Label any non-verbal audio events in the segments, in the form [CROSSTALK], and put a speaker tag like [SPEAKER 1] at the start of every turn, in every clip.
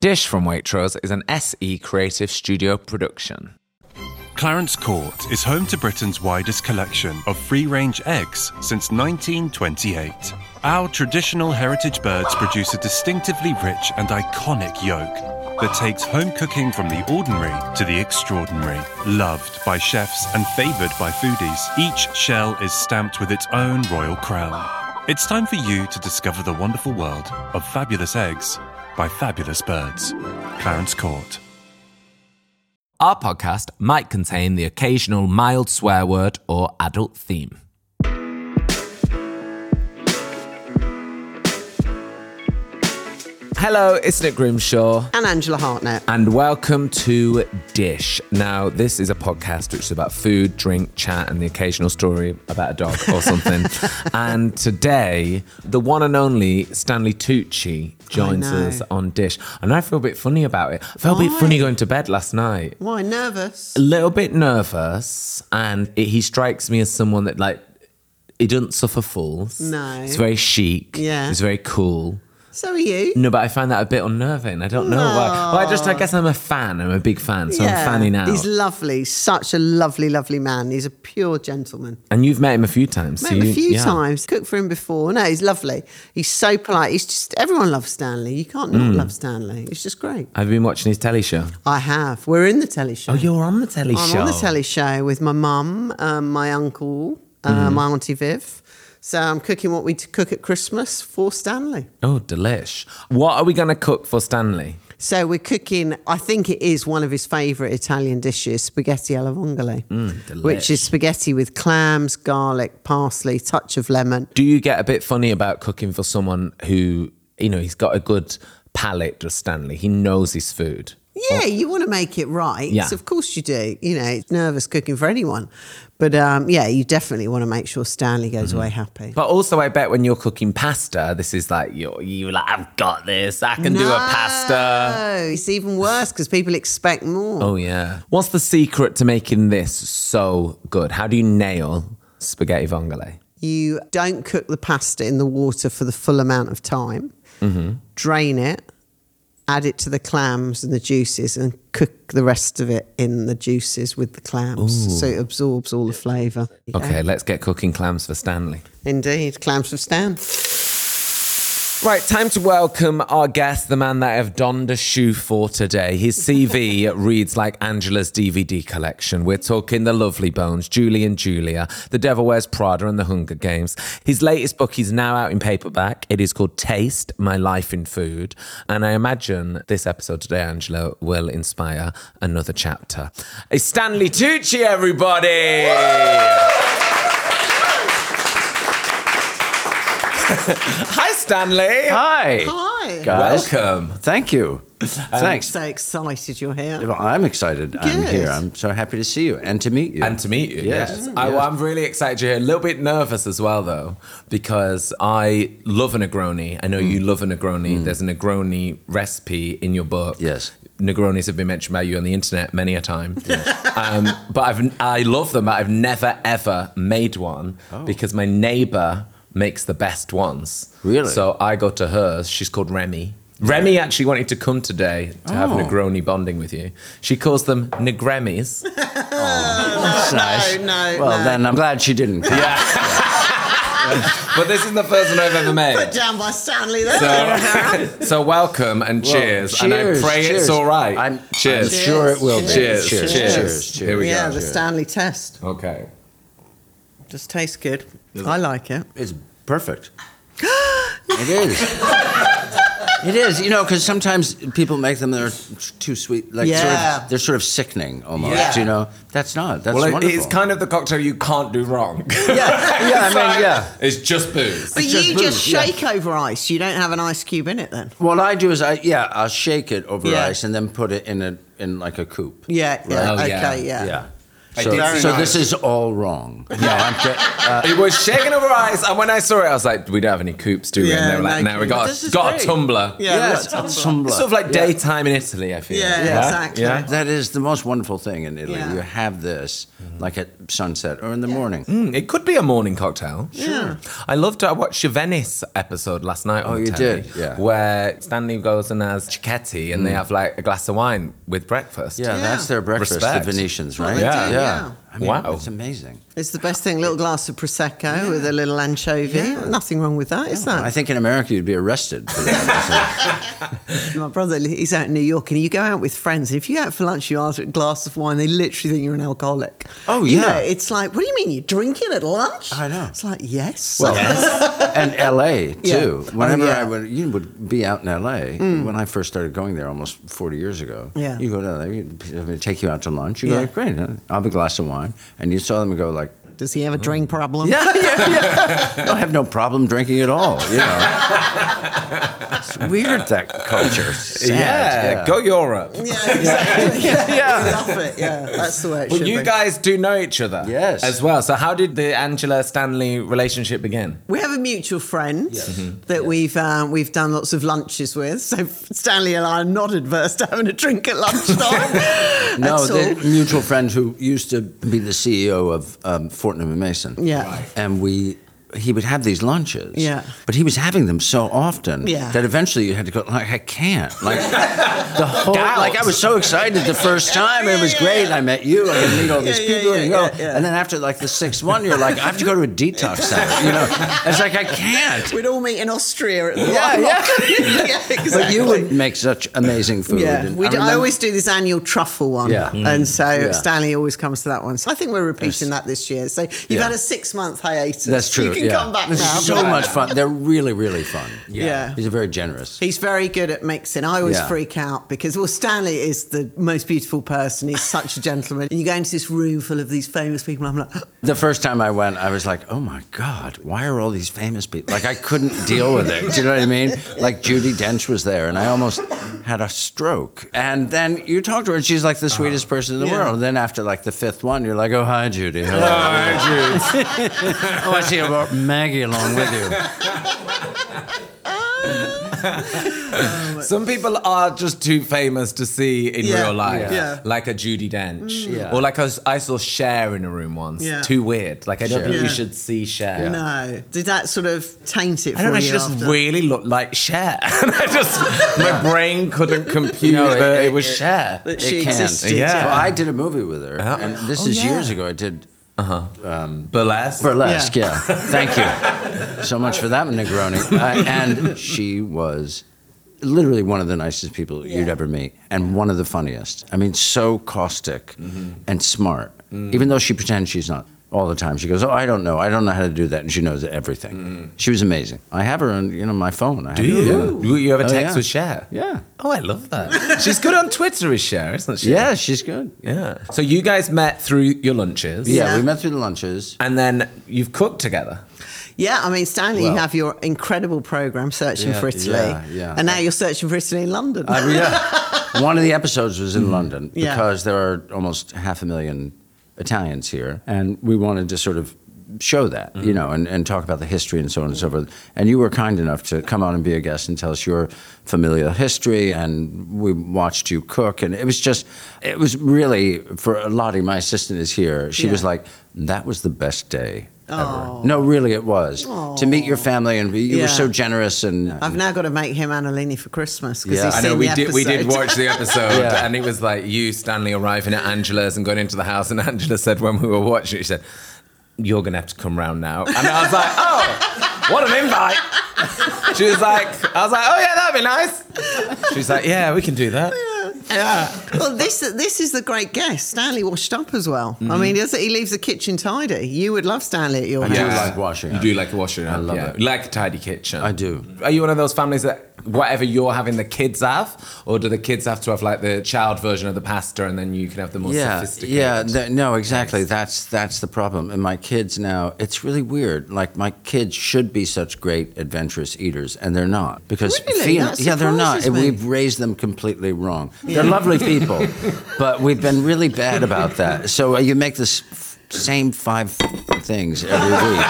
[SPEAKER 1] Dish from Waitrose is an SE Creative Studio production.
[SPEAKER 2] Clarence Court is home to Britain's widest collection of free range eggs since 1928. Our traditional heritage birds produce a distinctively rich and iconic yolk that takes home cooking from the ordinary to the extraordinary. Loved by chefs and favoured by foodies, each shell is stamped with its own royal crown. It's time for you to discover the wonderful world of fabulous eggs by fabulous birds. Clarence Court.
[SPEAKER 1] Our podcast might contain the occasional mild swear word or adult theme. Hello, it's Nick Grimshaw.
[SPEAKER 3] and Angela Hartnett.
[SPEAKER 1] And welcome to Dish. Now, this is a podcast which is about food, drink, chat, and the occasional story about a dog or
[SPEAKER 3] [LAUGHS]
[SPEAKER 1] something. and today, the one and only Stanley Tucci joins
[SPEAKER 3] know.
[SPEAKER 1] us on Dish. And I feel a bit funny about it. I felt a bit funny going to bed last night.
[SPEAKER 3] Why nervous?
[SPEAKER 1] A little bit nervous, and it, he strikes me as someone that, like, he doesn't suffer fools.
[SPEAKER 3] No.
[SPEAKER 1] He's very chic.
[SPEAKER 3] Yeah.
[SPEAKER 1] He's very cool.
[SPEAKER 3] So are you?
[SPEAKER 1] No, but I find that a bit unnerving. I don't know why. Well, I just, I guess I'm a fan. I'm a big fan, so I'm fanning out.
[SPEAKER 3] He's lovely. Such a lovely, lovely man. He's a pure gentleman.
[SPEAKER 1] And you've met him a few times.
[SPEAKER 3] Met
[SPEAKER 1] so
[SPEAKER 3] him
[SPEAKER 1] you-
[SPEAKER 3] a few
[SPEAKER 1] yeah.
[SPEAKER 3] times. Cooked for him before. No, he's lovely. He's so polite. He's just everyone loves Stanley. You can't
[SPEAKER 1] Mm.
[SPEAKER 3] not love Stanley. It's just great.
[SPEAKER 1] I've been watching his telly show.
[SPEAKER 3] I have. We're in the telly show.
[SPEAKER 1] Oh, you're on the telly
[SPEAKER 3] I'm
[SPEAKER 1] show.
[SPEAKER 3] on the telly show with my mum, um, my uncle, uh,
[SPEAKER 1] Mm-hmm.
[SPEAKER 3] my auntie Viv. So I'm cooking what we cook at Christmas for Stanley.
[SPEAKER 1] Oh, delish. What are we going to cook for Stanley?
[SPEAKER 3] So we're cooking. I think it is one of his favourite Italian dishes, spaghetti alla vongole,
[SPEAKER 1] Mm,
[SPEAKER 3] which is spaghetti with clams, garlic, parsley, touch of lemon.
[SPEAKER 1] Do you get a bit funny about cooking for someone who, you know, he's got a good palate, does Stanley? He knows his food.
[SPEAKER 3] Yeah, you want to make it right.
[SPEAKER 1] Oh. Yeah.
[SPEAKER 3] So of course you do. You know, it's nervous cooking for anyone, but um, yeah, you definitely want to make sure Stanley goes
[SPEAKER 1] Mm-hmm.
[SPEAKER 3] away happy.
[SPEAKER 1] But also, I bet when you're cooking pasta, this is like, you're, you like, I've got this. I can do a pasta.
[SPEAKER 3] No, it's even worse because people expect more.
[SPEAKER 1] Oh, yeah. What's the secret to making this so good? How do you nail spaghetti vongole?
[SPEAKER 3] You don't cook the pasta in the water for the full amount of time.
[SPEAKER 4] Mm-hmm.
[SPEAKER 3] Drain it, add it to the clams and the juices, and cook the rest of it in the juices with the clams. So it absorbs all the flavour.
[SPEAKER 1] Okay, let's get cooking clams for Stanley.
[SPEAKER 3] Indeed, clams from Stan.
[SPEAKER 1] Right, time to welcome our guest, the man that I have donned a shoe for today. His CV [LAUGHS] reads like Angela's DVD collection. We're talking The Lovely Bones, Julie and Julia, The Devil Wears Prada, and The Hunger Games. His latest book is now out in paperback. It is called Taste My Life in Food. And I imagine this episode today, Angela, will inspire another chapter. It's Stanley Tucci, everybody! Hi, Stanley.
[SPEAKER 4] Hi.
[SPEAKER 3] Hi.
[SPEAKER 4] Guys.
[SPEAKER 1] Welcome.
[SPEAKER 3] [LAUGHS]
[SPEAKER 4] Thank you. Thanks.
[SPEAKER 3] So excited you're here.
[SPEAKER 4] Well, I'm excited. I'm
[SPEAKER 3] Good.
[SPEAKER 4] here. I'm so happy to see you and to meet you.
[SPEAKER 1] And to meet you, yes.
[SPEAKER 4] Yes.
[SPEAKER 1] I,
[SPEAKER 4] Yes.
[SPEAKER 1] am really excited you're here. A little bit nervous as well, though, because I love a Negroni. I know you
[SPEAKER 4] Mm.
[SPEAKER 1] love a Negroni. There's a Negroni recipe in your book.
[SPEAKER 3] [LAUGHS]
[SPEAKER 4] Yes.
[SPEAKER 1] Negronis have been mentioned by you on the internet many a time. um, but I've, I love them. but I've never, ever made one
[SPEAKER 4] Oh.
[SPEAKER 1] because my neighbor makes the best ones.
[SPEAKER 4] Really?
[SPEAKER 1] So I go to hers. She's called Remy. Remy actually wanted to come today to have
[SPEAKER 4] Oh.
[SPEAKER 1] Negroni bonding with you. She calls them Negremis.
[SPEAKER 4] That's
[SPEAKER 3] Oh,
[SPEAKER 4] nice.
[SPEAKER 3] no,
[SPEAKER 4] Well,
[SPEAKER 3] no.
[SPEAKER 4] then I'm glad
[SPEAKER 3] [LAUGHS]
[SPEAKER 4] she didn't. Yeah.
[SPEAKER 1] But this is the first one I've ever made.
[SPEAKER 3] Down by Stanley there.
[SPEAKER 1] So, [LAUGHS] so welcome and cheers. and I
[SPEAKER 4] cheers,
[SPEAKER 1] pray
[SPEAKER 4] cheers.
[SPEAKER 1] it's all right.
[SPEAKER 4] I'm- I'm
[SPEAKER 1] cheers.
[SPEAKER 4] sure it will be.
[SPEAKER 1] Cheers. Cheers.
[SPEAKER 4] Cheers,
[SPEAKER 1] Cheers.
[SPEAKER 4] cheers, cheers.
[SPEAKER 1] Here we
[SPEAKER 3] yeah,
[SPEAKER 1] go.
[SPEAKER 3] the Stanley test.
[SPEAKER 1] Okay.
[SPEAKER 3] Just tastes good. I like it.
[SPEAKER 4] It's
[SPEAKER 3] [GASPS]
[SPEAKER 4] perfect.
[SPEAKER 3] [LAUGHS]
[SPEAKER 4] it is. It is, you know, because sometimes people make them they're too sweet, like sort
[SPEAKER 3] Yeah.
[SPEAKER 4] of, they're sort of sickening almost.
[SPEAKER 3] Yeah.
[SPEAKER 4] You know, that's not. That's
[SPEAKER 1] Well, it-
[SPEAKER 4] wonderful.
[SPEAKER 1] it's kind of the cocktail you can't do wrong. yeah,
[SPEAKER 4] [LAUGHS] yeah, yeah. I mean, yeah.
[SPEAKER 1] [LAUGHS] It's just
[SPEAKER 4] [LAUGHS]
[SPEAKER 1] booze.
[SPEAKER 3] But
[SPEAKER 4] It's just
[SPEAKER 3] you just
[SPEAKER 4] booze, yeah.
[SPEAKER 3] shake over ice. You don't have an ice cube in it then.
[SPEAKER 4] What I do is I yeah I'll shake it over
[SPEAKER 3] Yeah.
[SPEAKER 4] ice and then put it in a in like a coupe.
[SPEAKER 3] Yeah, yeah,
[SPEAKER 1] Right. Oh, yeah.
[SPEAKER 3] okay, yeah.
[SPEAKER 4] Yeah.
[SPEAKER 1] So-
[SPEAKER 5] Very
[SPEAKER 4] so
[SPEAKER 5] nice.
[SPEAKER 4] this is all wrong. uh,
[SPEAKER 1] It was shaking her eyes, and when I saw it, I was like, "We don't have any coops, do we?" and they
[SPEAKER 3] Yeah,
[SPEAKER 1] were like,
[SPEAKER 3] like-
[SPEAKER 1] "No, we got
[SPEAKER 4] This
[SPEAKER 1] a,
[SPEAKER 4] is
[SPEAKER 1] got a
[SPEAKER 4] great.
[SPEAKER 1] tumbler."
[SPEAKER 3] Yeah,
[SPEAKER 4] Yes,
[SPEAKER 3] what-
[SPEAKER 4] it's Tumblr.
[SPEAKER 1] It's sort of like daytime in Italy. I feel.
[SPEAKER 3] Yeah, exactly.
[SPEAKER 1] Yeah?
[SPEAKER 4] That is the most wonderful thing in Italy.
[SPEAKER 3] Yeah.
[SPEAKER 4] You have this like at sunset or in the morning.
[SPEAKER 1] Mm, It could be a morning cocktail. Sure. I loved it. I watched your Venice episode last night. on
[SPEAKER 4] Oh, you
[SPEAKER 1] telly,
[SPEAKER 4] did? Yeah.
[SPEAKER 1] Where Stanley goes and has Chiquetti, and they have like a glass of wine with breakfast.
[SPEAKER 4] Yeah, that's their breakfast,
[SPEAKER 1] Respect.
[SPEAKER 4] the Venetians, right?
[SPEAKER 3] they
[SPEAKER 1] Yeah. do,
[SPEAKER 3] yeah.
[SPEAKER 4] I mean,
[SPEAKER 1] Wow.
[SPEAKER 4] it's amazing.
[SPEAKER 3] It's the best thing. A little glass of prosecco with a little anchovy. Nothing wrong with that, is
[SPEAKER 4] I
[SPEAKER 3] that?
[SPEAKER 4] think in America you'd be arrested
[SPEAKER 3] [LAUGHS]
[SPEAKER 4] for that.
[SPEAKER 3] My brother, he's out in New York, and you go out with friends, and if you go out for lunch, you ask for a glass of wine, they literally think you're an alcoholic.
[SPEAKER 4] Oh,
[SPEAKER 3] You
[SPEAKER 4] yeah.
[SPEAKER 3] know, it's like, what do you mean you're drinking at lunch?
[SPEAKER 4] I know.
[SPEAKER 3] It's like yes. [LAUGHS]
[SPEAKER 4] and LA
[SPEAKER 3] Yeah.
[SPEAKER 4] too.
[SPEAKER 3] Oh,
[SPEAKER 4] Whenever
[SPEAKER 3] yeah. Mm.
[SPEAKER 4] I would, you would be out in LA when I first started going there almost 40 years ago.
[SPEAKER 3] Yeah.
[SPEAKER 4] You go down there, you, they take you out to lunch. You go,
[SPEAKER 3] Yeah.
[SPEAKER 4] like, great, I'll have a glass of wine. And you saw them and go, like,
[SPEAKER 3] Does he have a drink problem? [LAUGHS]
[SPEAKER 4] yeah, yeah, yeah. I have no problem drinking at all. You know, it's [LAUGHS] weird that culture. Sad,
[SPEAKER 1] Yeah, go Europe.
[SPEAKER 3] Yeah, exactly. [LAUGHS] yeah,
[SPEAKER 1] Yeah.
[SPEAKER 3] yeah. love it. Yeah, that's the way it
[SPEAKER 1] But
[SPEAKER 3] should
[SPEAKER 1] you
[SPEAKER 3] be.
[SPEAKER 1] guys do know each other,
[SPEAKER 4] Yes.
[SPEAKER 1] as well. So how did the Angela Stanley relationship begin?
[SPEAKER 3] we have a mutual friend
[SPEAKER 4] Mm-hmm.
[SPEAKER 3] that we've um, we've done lots of lunches with. So Stanley and I are not adverse to having a drink at lunchtime.
[SPEAKER 4] [LAUGHS] No,
[SPEAKER 3] at
[SPEAKER 4] the
[SPEAKER 3] all.
[SPEAKER 4] mutual friend who used to be the CEO of um, Fortnum and Mason.
[SPEAKER 3] Yeah. Right.
[SPEAKER 4] and we. He would have these lunches,
[SPEAKER 3] Yeah.
[SPEAKER 4] But he was having them so often
[SPEAKER 3] Yeah.
[SPEAKER 4] that eventually you had to go. Like I can't,
[SPEAKER 3] [LAUGHS]
[SPEAKER 4] like the whole.
[SPEAKER 1] Doubt.
[SPEAKER 4] Like I was so excited the first time. It was
[SPEAKER 3] yeah,
[SPEAKER 4] great. I met you. I could meet all these
[SPEAKER 3] Yeah, yeah,
[SPEAKER 4] people.
[SPEAKER 3] yeah,
[SPEAKER 4] and, you go.
[SPEAKER 3] yeah, yeah.
[SPEAKER 4] and then after like the sixth one, you're like, I have to go to a detox center. You know, it's like I can't.
[SPEAKER 3] We'd all meet in Austria at the
[SPEAKER 4] Yeah,
[SPEAKER 3] Lilac.
[SPEAKER 4] yeah.
[SPEAKER 3] [LAUGHS] yeah, exactly.
[SPEAKER 4] But you would make such amazing food.
[SPEAKER 3] Yeah,
[SPEAKER 4] and
[SPEAKER 3] we do, I
[SPEAKER 4] remember-
[SPEAKER 3] always do this annual truffle one,
[SPEAKER 4] Yeah.
[SPEAKER 3] and so
[SPEAKER 4] Yeah.
[SPEAKER 3] Stanley always comes to that one. So I think we're repeating that this year. So you've
[SPEAKER 4] Yeah.
[SPEAKER 3] had a six month hiatus.
[SPEAKER 4] That's true.
[SPEAKER 3] You can
[SPEAKER 4] yeah.
[SPEAKER 3] come back
[SPEAKER 4] It's
[SPEAKER 3] now.
[SPEAKER 4] so much fun. They're really, really fun.
[SPEAKER 3] Yeah.
[SPEAKER 4] He's very generous.
[SPEAKER 3] He's very good at mixing. I always
[SPEAKER 4] Yeah.
[SPEAKER 3] freak out because, well, Stanley is the most beautiful person. He's such a gentleman. And you go into this room full of these famous people, and I'm like, oh,
[SPEAKER 4] The first time I went, I was like, oh my God, why are all these famous people? Like, I
[SPEAKER 3] [LAUGHS]
[SPEAKER 4] couldn't deal with it. Do you know what I mean? Like, Judy Dench was there, and I almost had a stroke. And then you talk to her, and she's like the sweetest person in the
[SPEAKER 3] Uh-huh. Yeah.
[SPEAKER 4] world. then after like the fifth one, you're like, oh, hi, Judy. Hello. oh, [LAUGHS] I see you brought Maggie along with
[SPEAKER 3] [LAUGHS]
[SPEAKER 4] you.
[SPEAKER 1] Some people are just too famous to see in
[SPEAKER 3] Yeah,
[SPEAKER 1] real life,
[SPEAKER 3] yeah.
[SPEAKER 1] like a Judy Dench,
[SPEAKER 4] Yeah.
[SPEAKER 1] or like I, was- I saw Cher in a room once.
[SPEAKER 3] Yeah.
[SPEAKER 1] Too weird. Like I don't
[SPEAKER 4] Cher.
[SPEAKER 1] think you
[SPEAKER 3] Yeah.
[SPEAKER 1] should see Cher.
[SPEAKER 3] no. Did that sort of taint it for
[SPEAKER 1] I don't know.
[SPEAKER 3] you?
[SPEAKER 1] She just
[SPEAKER 3] after?
[SPEAKER 1] really looked like Cher, [LAUGHS] and I just my brain couldn't compute
[SPEAKER 4] No, it-
[SPEAKER 1] that it,
[SPEAKER 4] it-
[SPEAKER 1] was
[SPEAKER 4] it-
[SPEAKER 1] Cher.
[SPEAKER 3] that she
[SPEAKER 4] it can.
[SPEAKER 3] existed.
[SPEAKER 1] Yeah.
[SPEAKER 4] Well, I did a movie with her,
[SPEAKER 1] Uh-huh.
[SPEAKER 4] and this
[SPEAKER 1] Oh,
[SPEAKER 4] is
[SPEAKER 1] yeah.
[SPEAKER 4] years ago. I did
[SPEAKER 1] Burlesque.
[SPEAKER 4] Burlesque,
[SPEAKER 3] Yeah.
[SPEAKER 4] yeah. Thank you so much for that, Negroni. Uh, and she was literally one of the nicest people you'd ever meet and one of the funniest. I mean, so caustic and smart, even though she pretends she's not. All the time, she goes, "Oh, I don't know. I don't know how to do that," and she knows everything. She was amazing. I have her on, you know, my phone. I
[SPEAKER 1] Do
[SPEAKER 4] have her-
[SPEAKER 1] you?
[SPEAKER 4] Yeah.
[SPEAKER 1] You- You have a
[SPEAKER 4] Oh,
[SPEAKER 1] text
[SPEAKER 4] yeah.
[SPEAKER 1] with Cher?
[SPEAKER 4] Yeah.
[SPEAKER 1] Oh, I love that. She's good on Twitter, is Cher, isn't she?
[SPEAKER 4] Yeah, she's good.
[SPEAKER 1] Yeah. So you guys met through your lunches.
[SPEAKER 4] Yeah,
[SPEAKER 3] Yeah.
[SPEAKER 4] we met through the lunches.
[SPEAKER 1] And then you've cooked together.
[SPEAKER 3] Yeah, I mean, Stanley, you
[SPEAKER 4] Well-
[SPEAKER 3] have your incredible program, Searching
[SPEAKER 4] Yeah,
[SPEAKER 3] for Italy.
[SPEAKER 4] yeah, yeah.
[SPEAKER 3] And now you're searching for Italy in London.
[SPEAKER 4] I mean, yeah. One of the episodes was in London
[SPEAKER 3] Mm-hmm. Yeah.
[SPEAKER 4] because there are almost half a million Italians here, and we wanted to sort of show that,
[SPEAKER 3] Mm-hmm.
[SPEAKER 4] you know, and, and talk about the history and so on and so forth. And you were kind enough to come on and be a guest and tell us your familial history, and we watched you cook, and it was just, it was really for Lottie, my assistant is here. She was
[SPEAKER 3] Yeah.
[SPEAKER 4] like, that was the best day.
[SPEAKER 3] Oh.
[SPEAKER 4] Ever. No, really, it was to meet your family, and you
[SPEAKER 3] Yeah.
[SPEAKER 4] were so generous. And
[SPEAKER 3] [LAUGHS] I've now got to make him Annalini for Christmas because
[SPEAKER 4] Yeah.
[SPEAKER 3] he's
[SPEAKER 4] I
[SPEAKER 1] I
[SPEAKER 3] seen
[SPEAKER 1] know we
[SPEAKER 3] the
[SPEAKER 1] did. We did
[SPEAKER 3] episode.
[SPEAKER 1] watch the episode,
[SPEAKER 4] Yeah.
[SPEAKER 1] and it was like you, Stanley, arriving at Angela's and going into the house. And Angela said when we were watching it, she said, "You're gonna have to come round now." And I was like, "Oh, what an invite!" She was like, "I was like, oh yeah, that'd be nice." She's like, "Yeah, we can do that."
[SPEAKER 3] [LAUGHS] well, this this is the great guest. Stanley washed up as well. I mean, does it- he leaves the kitchen tidy. You would love Stanley at your
[SPEAKER 4] Mm-hmm. I do
[SPEAKER 3] house.
[SPEAKER 4] like washing
[SPEAKER 1] You
[SPEAKER 4] up.
[SPEAKER 1] do like washing up. I
[SPEAKER 4] love
[SPEAKER 1] yeah.
[SPEAKER 4] it.
[SPEAKER 1] Like a tidy kitchen.
[SPEAKER 4] I do.
[SPEAKER 1] Are you one of those families that whatever you're having, the kids have, or do the kids have to have like the child version of the pasta, and then you can have the more
[SPEAKER 4] yeah,
[SPEAKER 1] sophisticated?
[SPEAKER 4] yeah, th- no, exactly. That's that's the problem. And my kids now, it's really weird. Like my kids should be such great adventurous eaters, and they're not because
[SPEAKER 3] Really? That
[SPEAKER 4] yeah, they're not.
[SPEAKER 3] surprises me.
[SPEAKER 4] We've raised them completely wrong.
[SPEAKER 3] [LAUGHS]
[SPEAKER 4] They're lovely people, but we've been really bad about that. So uh, you make the s- f- same five things every
[SPEAKER 3] [LAUGHS]
[SPEAKER 4] week.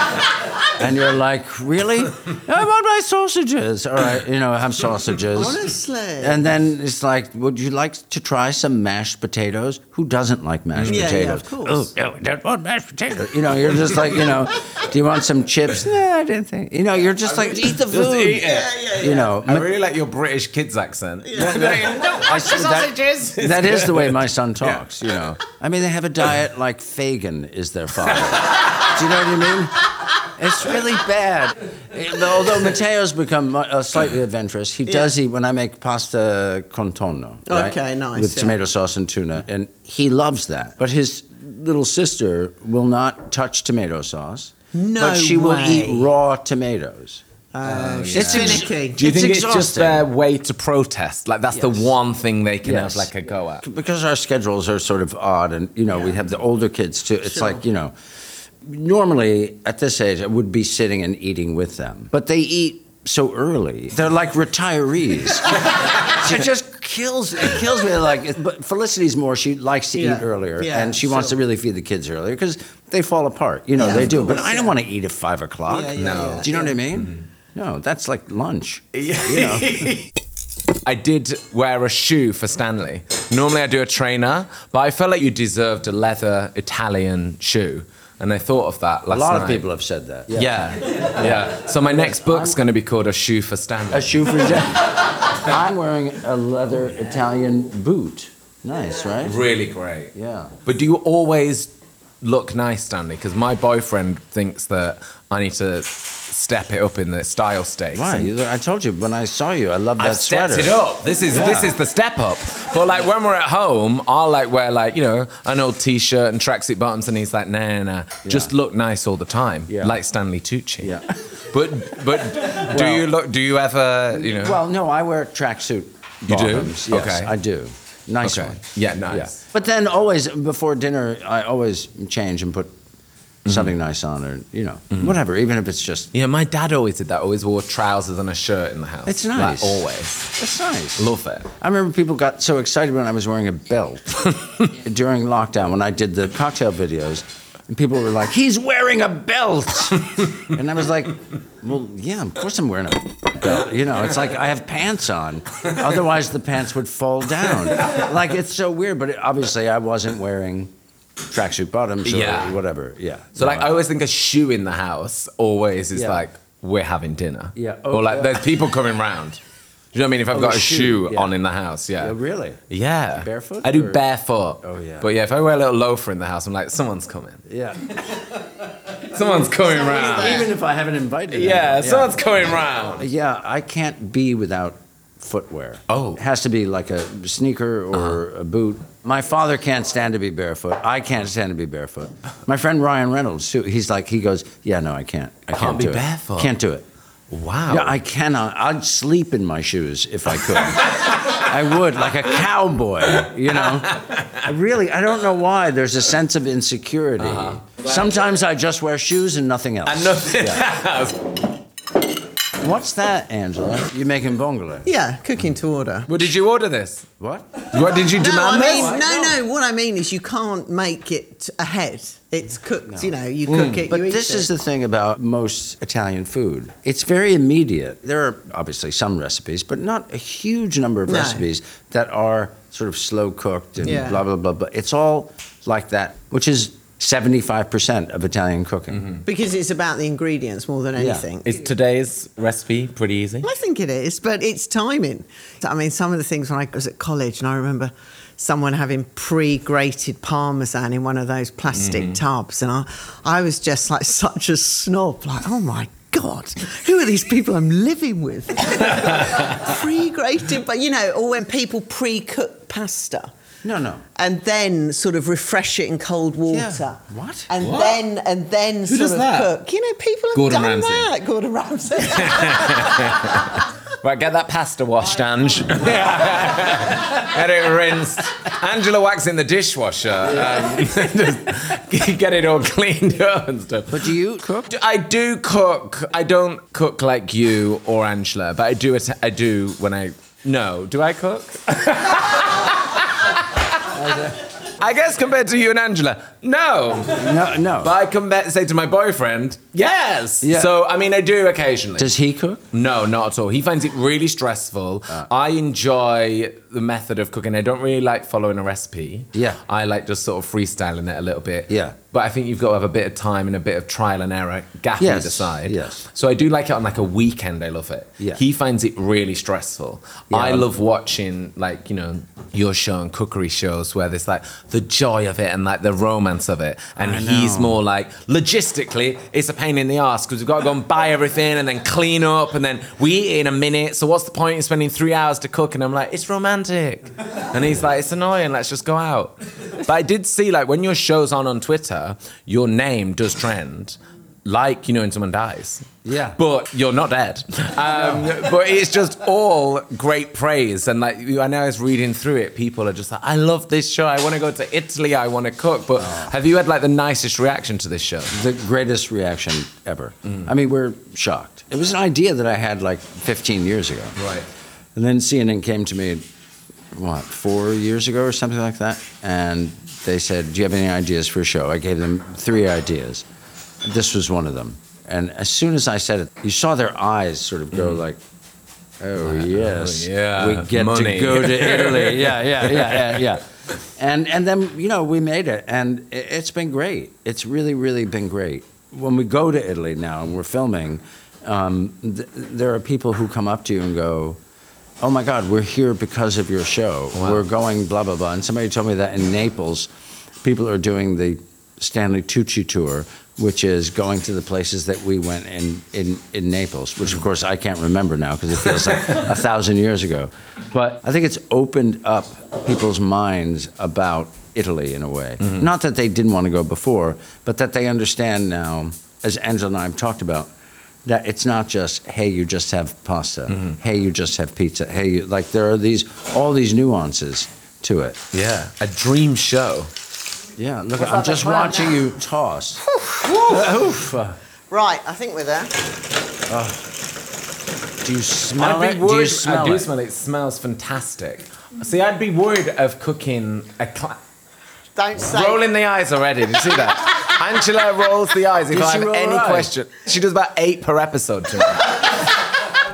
[SPEAKER 4] And you're like, really? I want my sausages. All right, you know, I have sausages.
[SPEAKER 3] Honestly.
[SPEAKER 4] And then it's like, would you like to try some mashed potatoes? Who doesn't like mashed
[SPEAKER 3] Yeah, yeah,
[SPEAKER 4] potatoes?
[SPEAKER 3] of course.
[SPEAKER 4] Oh, no, I don't want mashed potatoes. You know, you're just like, you know, do you want some chips? No, I didn't think. You know, you're just like, eat the food.
[SPEAKER 1] Just eat it. Yeah,
[SPEAKER 4] You know,
[SPEAKER 1] I really like your British kids accent.
[SPEAKER 4] I see that- [LAUGHS] that is the way my son talks, you know. I mean, they have a diet like Fagin is their father. [LAUGHS] Do you know what I mean? It's really bad. Eh, Although Mateo's become mu- uh, slightly adventurous, he does eat when I make pasta con tonno. right?
[SPEAKER 3] Okay, nice,
[SPEAKER 4] With
[SPEAKER 3] yeah.
[SPEAKER 4] tomato sauce and tuna, and he loves that. But his little sister will not touch tomato sauce.
[SPEAKER 3] No
[SPEAKER 4] but she will
[SPEAKER 3] way.
[SPEAKER 4] eat raw tomatoes.
[SPEAKER 3] Oh, she's
[SPEAKER 4] It's-
[SPEAKER 3] finicky.
[SPEAKER 1] Do you think it's just
[SPEAKER 4] exhausting.
[SPEAKER 1] their way to protest? Like that's the
[SPEAKER 4] Yes.
[SPEAKER 1] one thing they can
[SPEAKER 4] Yes.
[SPEAKER 1] have like a go at.
[SPEAKER 4] because our schedules are sort of odd and you know we have the older kids too it's
[SPEAKER 3] Sure.
[SPEAKER 4] like you know normally at this age i would be sitting and eating with them but they eat so early they're like
[SPEAKER 3] [LAUGHS]
[SPEAKER 4] retirees it just kills it kills me like but felicity's more she likes to eat
[SPEAKER 3] Yeah.
[SPEAKER 4] earlier
[SPEAKER 3] Yeah,
[SPEAKER 4] and she wants
[SPEAKER 3] sure.
[SPEAKER 4] to really feed the kids earlier because they fall apart you know
[SPEAKER 3] Yeah,
[SPEAKER 4] they
[SPEAKER 3] of
[SPEAKER 4] do but
[SPEAKER 3] course,
[SPEAKER 4] i don't
[SPEAKER 3] yeah.
[SPEAKER 4] want to eat at five o'clock
[SPEAKER 3] Yeah, yeah, No. yeah, Mm-hmm.
[SPEAKER 4] do you know what i mean no that's like lunch
[SPEAKER 3] [LAUGHS]
[SPEAKER 1] I did wear a shoe for Stanley. Normally I do a trainer, but I felt like you deserved a leather Italian shoe. And I thought of that last
[SPEAKER 4] a lot of
[SPEAKER 1] night.
[SPEAKER 4] people have said that
[SPEAKER 1] Yeah. yeah. So my next book's going to be called A Shoe for Stanley.
[SPEAKER 4] A shoe for [LAUGHS] Jack. I'm wearing a leather Italian boot. Nice, right?
[SPEAKER 1] Really great.
[SPEAKER 4] Yeah.
[SPEAKER 1] But do you always look nice, Stanley? Because my boyfriend thinks that I need to step it up in the style stakes.
[SPEAKER 4] Why?
[SPEAKER 1] And
[SPEAKER 4] You look- I told you when I saw you, I love that
[SPEAKER 1] I've stepped
[SPEAKER 4] sweater.
[SPEAKER 1] it up. This is this is the step up. But like when we're at home, I'll like wear like you know an old t-shirt and tracksuit bottoms, and he's like, nah, nah, nah. just look nice all the time,
[SPEAKER 4] Yeah.
[SPEAKER 1] like Stanley Tucci.
[SPEAKER 4] Yeah.
[SPEAKER 1] [LAUGHS] But but do
[SPEAKER 4] Well-
[SPEAKER 1] you look? Do you ever you know?
[SPEAKER 4] Well, no, I wear tracksuit.
[SPEAKER 1] You do?
[SPEAKER 4] bottoms. Yes,
[SPEAKER 1] Okay.
[SPEAKER 4] I do. Nice
[SPEAKER 1] Okay.
[SPEAKER 4] one.
[SPEAKER 1] Yeah, nice.
[SPEAKER 4] But then always before dinner, I always change and put something nice on, or you know, whatever. Even if it's just,
[SPEAKER 1] yeah, my dad always did that. Always wore trousers and a shirt in the house.
[SPEAKER 4] It's
[SPEAKER 1] Like,
[SPEAKER 4] nice.
[SPEAKER 1] always.
[SPEAKER 4] it's nice.
[SPEAKER 1] Love it.
[SPEAKER 4] I remember people got so excited when I was wearing a belt [LAUGHS] during lockdown when I did the cocktail videos. And people were like, he's wearing a
[SPEAKER 1] [LAUGHS]
[SPEAKER 4] belt. and I was like, well, yeah, of course I'm wearing a belt. You know, it's like I have pants on. Otherwise, the pants would fall down. Like, it's so weird, but it, obviously, I wasn't wearing tracksuit bottoms or
[SPEAKER 1] Yeah.
[SPEAKER 4] whatever. Yeah.
[SPEAKER 1] So like I
[SPEAKER 4] No,
[SPEAKER 1] always think a shoe in the house always is
[SPEAKER 4] Yeah.
[SPEAKER 1] like we're having dinner.
[SPEAKER 4] Yeah.
[SPEAKER 1] or like there's people coming round. Do you know what I mean? If I've
[SPEAKER 4] Oh,
[SPEAKER 1] got
[SPEAKER 4] a
[SPEAKER 1] a shoe,
[SPEAKER 4] shoe, yeah.
[SPEAKER 1] on in the house, yeah.
[SPEAKER 4] Yeah, Oh, really?
[SPEAKER 1] Yeah.
[SPEAKER 4] Barefoot
[SPEAKER 1] I do
[SPEAKER 4] or-
[SPEAKER 1] barefoot.
[SPEAKER 4] Oh, yeah.
[SPEAKER 1] But yeah, if I wear a little loafer in the house, I'm like, someone's coming. [LAUGHS]
[SPEAKER 4] Yeah.
[SPEAKER 1] Someone's coming round.
[SPEAKER 4] Even if I haven't invited
[SPEAKER 1] Um, Yeah,
[SPEAKER 4] anyone,
[SPEAKER 1] someone's coming round.
[SPEAKER 4] Yeah, I can't be without footwear.
[SPEAKER 1] Oh. Uh-huh.
[SPEAKER 4] It has to be like a sneaker or a boot. My father can't stand to be barefoot. I can't stand to be barefoot. My friend Ryan Reynolds, too, he's like, he goes, yeah, no, I can't. I can't,
[SPEAKER 1] Can't be
[SPEAKER 4] do it.
[SPEAKER 1] barefoot. Oh.
[SPEAKER 4] Can't do it.
[SPEAKER 1] Wow.
[SPEAKER 4] Yeah, I cannot. I'd sleep in my shoes if
[SPEAKER 1] [LAUGHS]
[SPEAKER 4] I could. I would, like a cowboy, you know? I really, I don't know why. There's a sense of insecurity.
[SPEAKER 1] Uh-huh.
[SPEAKER 4] Sometimes I just wear shoes and nothing else.
[SPEAKER 1] and nothing else.
[SPEAKER 4] What's that, Angela? You're making bongolo.
[SPEAKER 3] Yeah, cooking to order.
[SPEAKER 1] Well, did you order this?
[SPEAKER 4] What?
[SPEAKER 1] What did you
[SPEAKER 3] No, I
[SPEAKER 1] demand this?
[SPEAKER 3] mean, no, no. What I mean is, you can't make it ahead. It's cooked. You know, you cook it.
[SPEAKER 4] But
[SPEAKER 3] you eat
[SPEAKER 4] this
[SPEAKER 3] it.
[SPEAKER 4] is the thing about most Italian food. It's very immediate. There are obviously some recipes, but not a huge number of
[SPEAKER 3] No.
[SPEAKER 4] recipes that are sort of slow cooked and
[SPEAKER 3] Yeah.
[SPEAKER 4] blah, blah, blah, blah. It's all like that, which is 75% of Italian cooking.
[SPEAKER 3] because it's about the ingredients more than anything.
[SPEAKER 1] Is today's recipe pretty easy?
[SPEAKER 3] I think it is, but it's timing. I mean, some of the things when I was at college, and I remember someone having pre-grated parmesan in one of those plastic
[SPEAKER 1] Mm-hmm.
[SPEAKER 3] tubs, and I, I was just like [LAUGHS] such a snob, like, oh my god, who are these people I'm
[SPEAKER 1] [LAUGHS]
[SPEAKER 3] living with? pre-grated, but you know, or when people pre-cook pasta.
[SPEAKER 4] No, no.
[SPEAKER 3] And then sort of refresh it in cold water.
[SPEAKER 4] Yeah. What?
[SPEAKER 3] And
[SPEAKER 1] What?
[SPEAKER 3] then and then sort
[SPEAKER 1] does
[SPEAKER 3] of
[SPEAKER 1] that?
[SPEAKER 3] cook. You know, people have
[SPEAKER 1] Gordon
[SPEAKER 3] done
[SPEAKER 1] Ramsay.
[SPEAKER 3] that.
[SPEAKER 1] [LAUGHS]
[SPEAKER 3] Gordon Ramsay.
[SPEAKER 1] Right, get that pasta washed, [LAUGHS] Ange. get it rinsed. Angela wax in the dishwasher. Um, [LAUGHS] just get it all cleaned up and stuff.
[SPEAKER 4] But do you cook?
[SPEAKER 1] I do cook. I don't cook like you or Angela, but I do. It, I do when I. No, do I cook? I guess compared to you and Angela, no.
[SPEAKER 4] No, no.
[SPEAKER 1] But I compare, say to my boyfriend, yes.
[SPEAKER 4] Yeah.
[SPEAKER 1] So I mean, I do occasionally.
[SPEAKER 4] Does he cook?
[SPEAKER 1] No, not at all. He finds it really stressful.
[SPEAKER 4] Uh.
[SPEAKER 1] I enjoy the method of cooking. I don't really like following a recipe.
[SPEAKER 4] Yeah.
[SPEAKER 1] I like just sort of freestyling it a little bit.
[SPEAKER 4] Yeah.
[SPEAKER 1] But I think you've got to have a bit of time and a bit of trial and error, gaffing
[SPEAKER 4] Yes,
[SPEAKER 1] aside.
[SPEAKER 4] yes.
[SPEAKER 1] So I do like it on like a weekend. I love it.
[SPEAKER 4] Yeah.
[SPEAKER 1] He finds it really stressful. I love watching like, you know, your show and cookery shows where there's like the joy of it and like the romance of it. And
[SPEAKER 4] I
[SPEAKER 1] he's
[SPEAKER 4] know.
[SPEAKER 1] more more like logistically it's a pain in the ass because we've got to go and buy everything and then clean up and then we eat it in a minute so what's the point in spending three hours to cook and i'm like it's romantic and he's like it's annoying let's just go out but i did see like when your show's on on twitter your name does trend like you know when someone dies
[SPEAKER 4] Yeah.
[SPEAKER 1] but you're not dead um, but it's just all great praise and like you- i know i was reading through it people are just like i love this show i want to go to italy i want to cook but have you had like the nicest reaction to this show
[SPEAKER 4] The greatest reaction ever. I mean, we're shocked. It was an idea that I had like 15 years ago.
[SPEAKER 1] right
[SPEAKER 4] And then CNN came to me, what, four years ago or something like that? And they said, Do you have any ideas for a show? I gave them three ideas. This was one of them. And as soon as I said it, you saw their eyes sort of go like, Oh, yes.
[SPEAKER 1] Mm-hmm. yeah,
[SPEAKER 4] We get
[SPEAKER 1] money."
[SPEAKER 4] to go to
[SPEAKER 1] [LAUGHS]
[SPEAKER 4] Italy. yeah, yeah, yeah, yeah, yeah. And, and then, you know, we made it. And i- it's been great. It's really, really been great. When we go to Italy now and we're filming, um, th- there are people who come up to you and go, oh my God, we're here because of your show. We're going blah, blah, blah. And somebody told me that in Naples, people are doing the Stanley Tucci tour, which is going to the places that we went in, in, in Naples, which of course I can't remember now because it feels like a thousand years ago. But I think it's opened up people's minds about Italy in a way. Not that they didn't want to go before, but that they understand now, as Angela and I have talked about, that it's not just hey you just have pasta hey you just have pizza hey you like there are these all these nuances to it
[SPEAKER 1] yeah a dream show
[SPEAKER 4] yeah look i'm just
[SPEAKER 3] [LAUGHS]
[SPEAKER 4] watching you toss Oof. Uh,
[SPEAKER 3] Right, I think we're there.
[SPEAKER 4] do you smell it do you smell
[SPEAKER 1] I do
[SPEAKER 4] it
[SPEAKER 1] smell it. It smells fantastic. See, I'd be worried of cooking a cla-
[SPEAKER 3] Don't say.
[SPEAKER 1] rolling the eyes already. Did you see [LAUGHS] that? Angela rolls the eyes if
[SPEAKER 4] Did
[SPEAKER 1] I
[SPEAKER 4] she
[SPEAKER 1] have
[SPEAKER 4] roll her
[SPEAKER 1] any
[SPEAKER 4] eyes?
[SPEAKER 1] question. She does about eight per episode to me. [LAUGHS]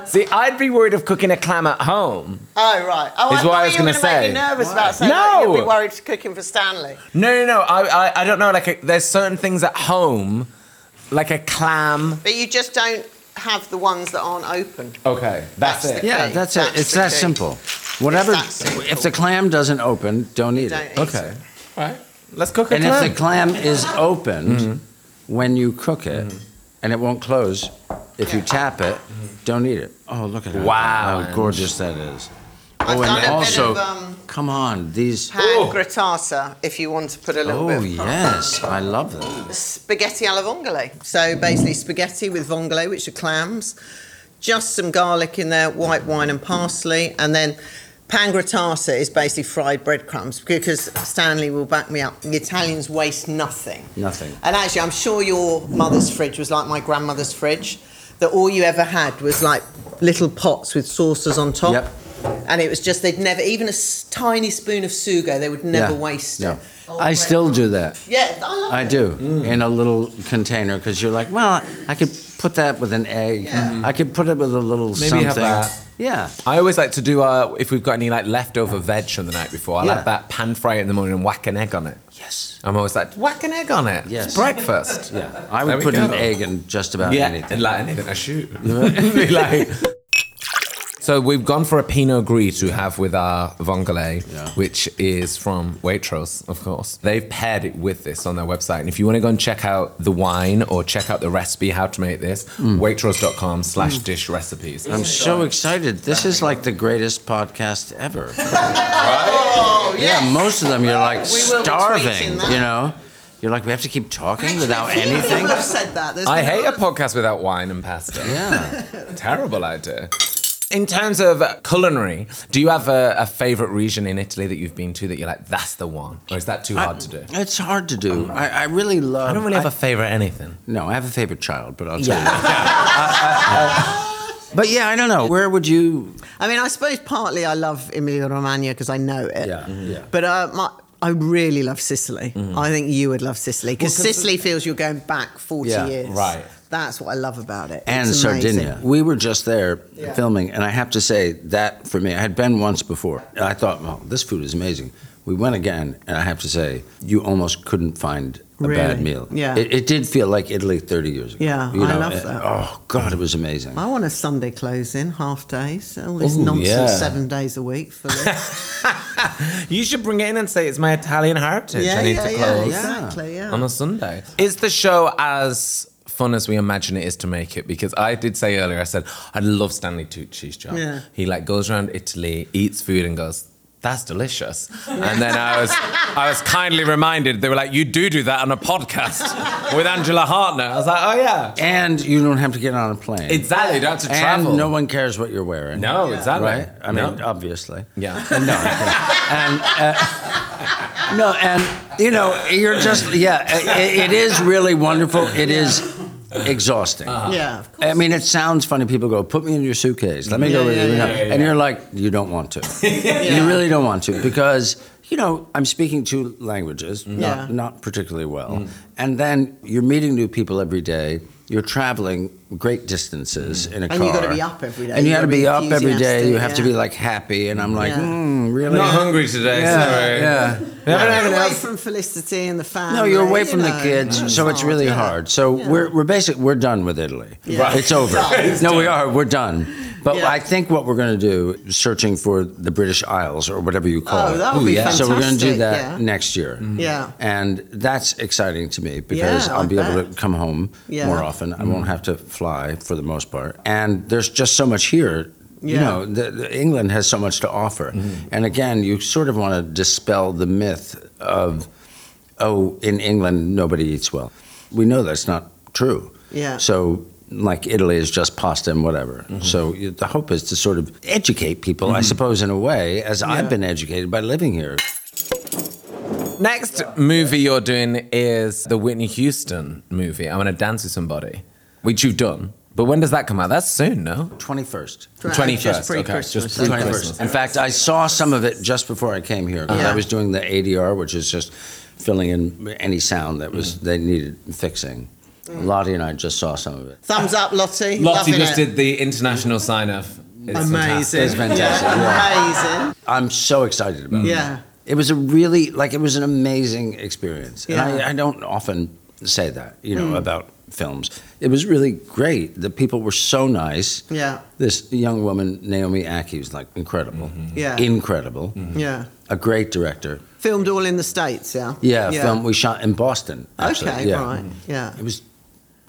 [SPEAKER 1] See, I'd be worried of cooking a clam at home.
[SPEAKER 3] Oh right. Oh,
[SPEAKER 1] Is what
[SPEAKER 3] I thought
[SPEAKER 1] I was
[SPEAKER 3] you were
[SPEAKER 1] gonna
[SPEAKER 3] gonna make
[SPEAKER 1] say.
[SPEAKER 3] me nervous about saying
[SPEAKER 1] No.
[SPEAKER 3] that you'd be worried cooking for Stanley.
[SPEAKER 1] No, no, no. I, I, I don't know. Like, a, there's certain things at home, like a clam.
[SPEAKER 3] But you just don't have the ones that aren't open.
[SPEAKER 1] Okay, that's,
[SPEAKER 3] That's
[SPEAKER 1] it.
[SPEAKER 3] the-
[SPEAKER 4] yeah
[SPEAKER 3] Okay,
[SPEAKER 4] that's it
[SPEAKER 3] that's
[SPEAKER 4] it's
[SPEAKER 3] the
[SPEAKER 4] that
[SPEAKER 3] key.
[SPEAKER 4] simple whatever
[SPEAKER 3] that simple.
[SPEAKER 4] if the clam doesn't open don't eat
[SPEAKER 3] Don't
[SPEAKER 4] it
[SPEAKER 3] eat.
[SPEAKER 1] Okay. All right. Let's cook a
[SPEAKER 4] and
[SPEAKER 1] clam.
[SPEAKER 4] if the clam is opened when you cook it and it won't close if you tap it don't eat it Mm-hmm. oh look at how-
[SPEAKER 1] Wow,
[SPEAKER 4] how gorgeous that is
[SPEAKER 3] I've
[SPEAKER 4] oh,
[SPEAKER 3] done
[SPEAKER 4] and
[SPEAKER 3] a
[SPEAKER 4] also,
[SPEAKER 3] bit of um,
[SPEAKER 4] come on, these.
[SPEAKER 3] pan
[SPEAKER 1] Oh.
[SPEAKER 3] grattata if you want to put a little
[SPEAKER 4] Oh
[SPEAKER 3] bit. of
[SPEAKER 4] yes, I love
[SPEAKER 3] [LAUGHS]
[SPEAKER 4] that.
[SPEAKER 3] Spaghetti alla vongole. So basically, spaghetti with vongole, which are clams, just some garlic in there, white wine and parsley, and then. Pan grattata is basically fried breadcrumbs because Stanley will back me up. The Italians waste nothing.
[SPEAKER 4] Nothing.
[SPEAKER 3] And actually, I'm sure your mother's fridge was like my grandmother's fridge, that all you ever had was like little pots with saucers on top.
[SPEAKER 4] Yep.
[SPEAKER 3] And it was just, they'd never, even a s- tiny spoon of sugo, they would never
[SPEAKER 4] Yeah,
[SPEAKER 3] waste
[SPEAKER 4] yeah.
[SPEAKER 3] it.
[SPEAKER 4] I still do that.
[SPEAKER 3] Yeah, I love
[SPEAKER 4] I
[SPEAKER 3] it.
[SPEAKER 4] do in a little container because you're like, well, I could put that with an egg.
[SPEAKER 3] Mm-hmm.
[SPEAKER 4] I could put it with a little
[SPEAKER 1] Maybe
[SPEAKER 4] something.
[SPEAKER 1] have that.
[SPEAKER 4] Yeah.
[SPEAKER 1] I always like to do uh, if we've got any like leftover veg from the night before. I'll
[SPEAKER 4] Yeah.
[SPEAKER 1] have that pan fry it in the morning and whack an egg on it.
[SPEAKER 4] Yes.
[SPEAKER 1] I'm always like whack an egg on it.
[SPEAKER 4] Yes.
[SPEAKER 1] It's breakfast.
[SPEAKER 4] Yeah. I
[SPEAKER 1] There
[SPEAKER 4] would
[SPEAKER 1] we
[SPEAKER 4] put an
[SPEAKER 1] go.
[SPEAKER 4] egg in just about
[SPEAKER 1] yeah,
[SPEAKER 4] anything.
[SPEAKER 1] and like anything I [LAUGHS] shoot. Be like- So we've gone for a Pinot Gris to have with our vongole,
[SPEAKER 4] Yeah.
[SPEAKER 1] which is from Waitrose, of course. They've paired it with this on their website. And if you want to go and check out the wine or check out the recipe, how to make this, waitrose.com slash dish recipes.
[SPEAKER 4] I'm so excited. This is like the greatest podcast
[SPEAKER 3] [LAUGHS]
[SPEAKER 4] ever.
[SPEAKER 3] Oh,
[SPEAKER 4] Yeah, most of them you're like
[SPEAKER 3] We will be
[SPEAKER 4] starving,
[SPEAKER 3] tweeting that.
[SPEAKER 4] you know? You're like, we have to keep talking without
[SPEAKER 3] Actually,
[SPEAKER 4] anything?
[SPEAKER 3] People have said that. There's
[SPEAKER 1] I
[SPEAKER 3] been
[SPEAKER 1] hate
[SPEAKER 3] lot
[SPEAKER 1] a
[SPEAKER 3] of-
[SPEAKER 1] podcast without wine and pasta.
[SPEAKER 4] Yeah.
[SPEAKER 1] Terrible idea. In terms of culinary, do you have a, a favorite region in Italy that you've been to that you're like, that's the one? Or is that too hard to do?
[SPEAKER 4] It's hard to do. I, I really
[SPEAKER 1] Um,
[SPEAKER 4] love.
[SPEAKER 1] I don't really have a favorite anything.
[SPEAKER 4] No, I have a favorite child, but I'll tell
[SPEAKER 1] Yeah.
[SPEAKER 4] you.
[SPEAKER 1] [LAUGHS]
[SPEAKER 4] that. But yeah, I don't know. Where would you?
[SPEAKER 3] I mean, I suppose partly I love Emilia Romagna because I know it.
[SPEAKER 4] Yeah, Mm-hmm. Mhm. yeah.
[SPEAKER 3] But uh, my, I really love Sicily. I think you would love Sicily because Sicily feels you're going back 40
[SPEAKER 4] Yeah,
[SPEAKER 3] years.
[SPEAKER 1] right.
[SPEAKER 3] That's what I love about it.
[SPEAKER 4] and
[SPEAKER 3] It's amazing.
[SPEAKER 4] Sardinia. We were just there
[SPEAKER 3] Yeah.
[SPEAKER 4] filming, and I have to say that for me, I had been once before. And I thought, well, this food is amazing. We went again, and I have to say, you almost couldn't find a bad
[SPEAKER 3] Really?
[SPEAKER 4] meal.
[SPEAKER 3] Yeah.
[SPEAKER 4] it, it did feel like Italy 30 years ago.
[SPEAKER 3] Yeah,
[SPEAKER 4] you
[SPEAKER 3] I
[SPEAKER 4] know,
[SPEAKER 3] love
[SPEAKER 4] and-
[SPEAKER 3] that.
[SPEAKER 4] Oh God, it was amazing.
[SPEAKER 3] I want a Sunday closing, half days, all this
[SPEAKER 4] Ooh,
[SPEAKER 3] nonsense,
[SPEAKER 4] yeah.
[SPEAKER 3] seven days a week.
[SPEAKER 4] [LAUGHS]
[SPEAKER 3] For this.
[SPEAKER 1] You should bring it in and say it's my Italian heritage.
[SPEAKER 3] yeah,
[SPEAKER 1] I need
[SPEAKER 3] yeah,
[SPEAKER 1] to
[SPEAKER 3] yeah,
[SPEAKER 1] close
[SPEAKER 3] exactly. Yeah.
[SPEAKER 1] on a Sunday. Is the show as fun as we imagine it is to make it? Because I did say earlier, I said I love Stanley Tucci's job.
[SPEAKER 3] Yeah.
[SPEAKER 1] He like goes around Italy, eats food, and goes. That's delicious. And then I was, I was kindly reminded. They were like, "You do do that on a podcast [LAUGHS] with Angela Hartner." I was like, "Oh yeah,
[SPEAKER 4] And you don't have to get on a plane.
[SPEAKER 1] exactly. You don't have to
[SPEAKER 4] and
[SPEAKER 1] travel."
[SPEAKER 4] no one cares what you're wearing.
[SPEAKER 1] no, exactly.
[SPEAKER 4] Right? I mean,
[SPEAKER 1] No.
[SPEAKER 4] obviously.
[SPEAKER 1] yeah.
[SPEAKER 4] No. and uh, no, and you know, you're just yeah. It, it is really wonderful. It is exhausting.
[SPEAKER 3] yeah, of course.
[SPEAKER 4] I mean, it sounds funny. People go, "Put me in your suitcase. Let me go
[SPEAKER 3] Yeah,
[SPEAKER 4] with
[SPEAKER 3] yeah,
[SPEAKER 4] you," you."
[SPEAKER 3] yeah,
[SPEAKER 4] know. And you're like, "You don't want to. You really don't want to because." You know, I'm speaking two languages, not,
[SPEAKER 3] Mm-hmm. Yeah. Mm-hmm.
[SPEAKER 4] not particularly well. And then you're meeting new people every day. You're traveling great distances in a
[SPEAKER 3] Mm-hmm. And
[SPEAKER 4] car.
[SPEAKER 3] you gotta be up every day.
[SPEAKER 4] And you,
[SPEAKER 3] You
[SPEAKER 4] got to
[SPEAKER 3] gotta
[SPEAKER 4] be
[SPEAKER 3] be
[SPEAKER 4] up every day.
[SPEAKER 3] enthusiastic,
[SPEAKER 4] You have to
[SPEAKER 3] yeah.
[SPEAKER 4] be like happy. And I'm like,
[SPEAKER 3] Yeah.
[SPEAKER 4] mm, really?
[SPEAKER 1] Not hungry today. sorry.
[SPEAKER 4] Yeah.
[SPEAKER 1] We haven't had
[SPEAKER 3] You're
[SPEAKER 1] enough
[SPEAKER 3] away from Felicity and the family.
[SPEAKER 4] No, you're away
[SPEAKER 3] you
[SPEAKER 4] from the
[SPEAKER 3] know,
[SPEAKER 4] kids, so it's really
[SPEAKER 3] yeah.
[SPEAKER 4] hard. So
[SPEAKER 3] Yeah.
[SPEAKER 4] we're we're basically we're done with Italy.
[SPEAKER 3] Yeah. Right.
[SPEAKER 4] It's
[SPEAKER 3] [LAUGHS]
[SPEAKER 4] over. no, we are. We're done. But
[SPEAKER 3] Yeah.
[SPEAKER 4] I think what we're going to do, searching for the British Isles or whatever you call
[SPEAKER 3] Oh,
[SPEAKER 4] it.
[SPEAKER 3] that would Ooh, be yeah.
[SPEAKER 4] So we're going to do
[SPEAKER 3] fantastic,
[SPEAKER 4] that
[SPEAKER 3] yeah.
[SPEAKER 4] next year.
[SPEAKER 3] Yeah.
[SPEAKER 4] And that's exciting to me because
[SPEAKER 3] Yeah,
[SPEAKER 4] I'll
[SPEAKER 3] I
[SPEAKER 4] be able to
[SPEAKER 3] bet.
[SPEAKER 4] come home
[SPEAKER 3] Yeah.
[SPEAKER 4] more often.
[SPEAKER 3] Mm.
[SPEAKER 4] I won't have to fly for the most part. And there's just so much here. You
[SPEAKER 3] Yeah. Mm-hmm.
[SPEAKER 4] know, the, the- England has so much to offer. And again, you sort of want to dispel the myth of, oh, in England, nobody eats well. We know that's not true.
[SPEAKER 3] Yeah. Mm-hmm.
[SPEAKER 4] So, like, Italy is just pasta and whatever. So, you, the hope is to sort of educate people, I suppose, in a way, as I've
[SPEAKER 3] Yeah.
[SPEAKER 4] been educated by living here.
[SPEAKER 1] Next movie you're doing is the Whitney Houston movie. I'm gonna dance with somebody, which you've done. But when does that come out? That's soon, no?
[SPEAKER 4] 21st.
[SPEAKER 1] The
[SPEAKER 3] Right,
[SPEAKER 1] 21st.
[SPEAKER 3] just
[SPEAKER 1] okay.
[SPEAKER 3] pre-Christmas.
[SPEAKER 1] Just pre Christmas.
[SPEAKER 4] In fact, I saw some of it just before I came here. 'cause I
[SPEAKER 3] Yeah.
[SPEAKER 4] was doing the ADR, which is just filling in any sound that
[SPEAKER 3] Mm-hmm.
[SPEAKER 4] was they needed fixing.
[SPEAKER 3] Mm.
[SPEAKER 4] Lottie and I just saw some of it.
[SPEAKER 3] Thumbs up, Lottie.
[SPEAKER 1] Lottie
[SPEAKER 3] Loving
[SPEAKER 1] just
[SPEAKER 3] it.
[SPEAKER 1] did the international sign off.
[SPEAKER 3] Amazing.
[SPEAKER 4] It's fantastic,
[SPEAKER 3] Yeah, Amazing.
[SPEAKER 4] I'm so excited about it.
[SPEAKER 3] Yeah.
[SPEAKER 4] It was a really like it was an amazing experience. And
[SPEAKER 3] Yeah. Mm.
[SPEAKER 4] I, I don't often say that, you know, about films. It was really great. The people were so nice.
[SPEAKER 3] Yeah.
[SPEAKER 4] This young woman, Naomi Aki, was like incredible.
[SPEAKER 3] Yeah.
[SPEAKER 4] Incredible.
[SPEAKER 3] Mm-hmm. Yeah.
[SPEAKER 4] A great director.
[SPEAKER 3] Filmed all in the States, yeah?
[SPEAKER 4] Yeah, film we shot in Boston. Actually.
[SPEAKER 3] Okay,
[SPEAKER 4] yeah.
[SPEAKER 3] right. Yeah.
[SPEAKER 4] It was, it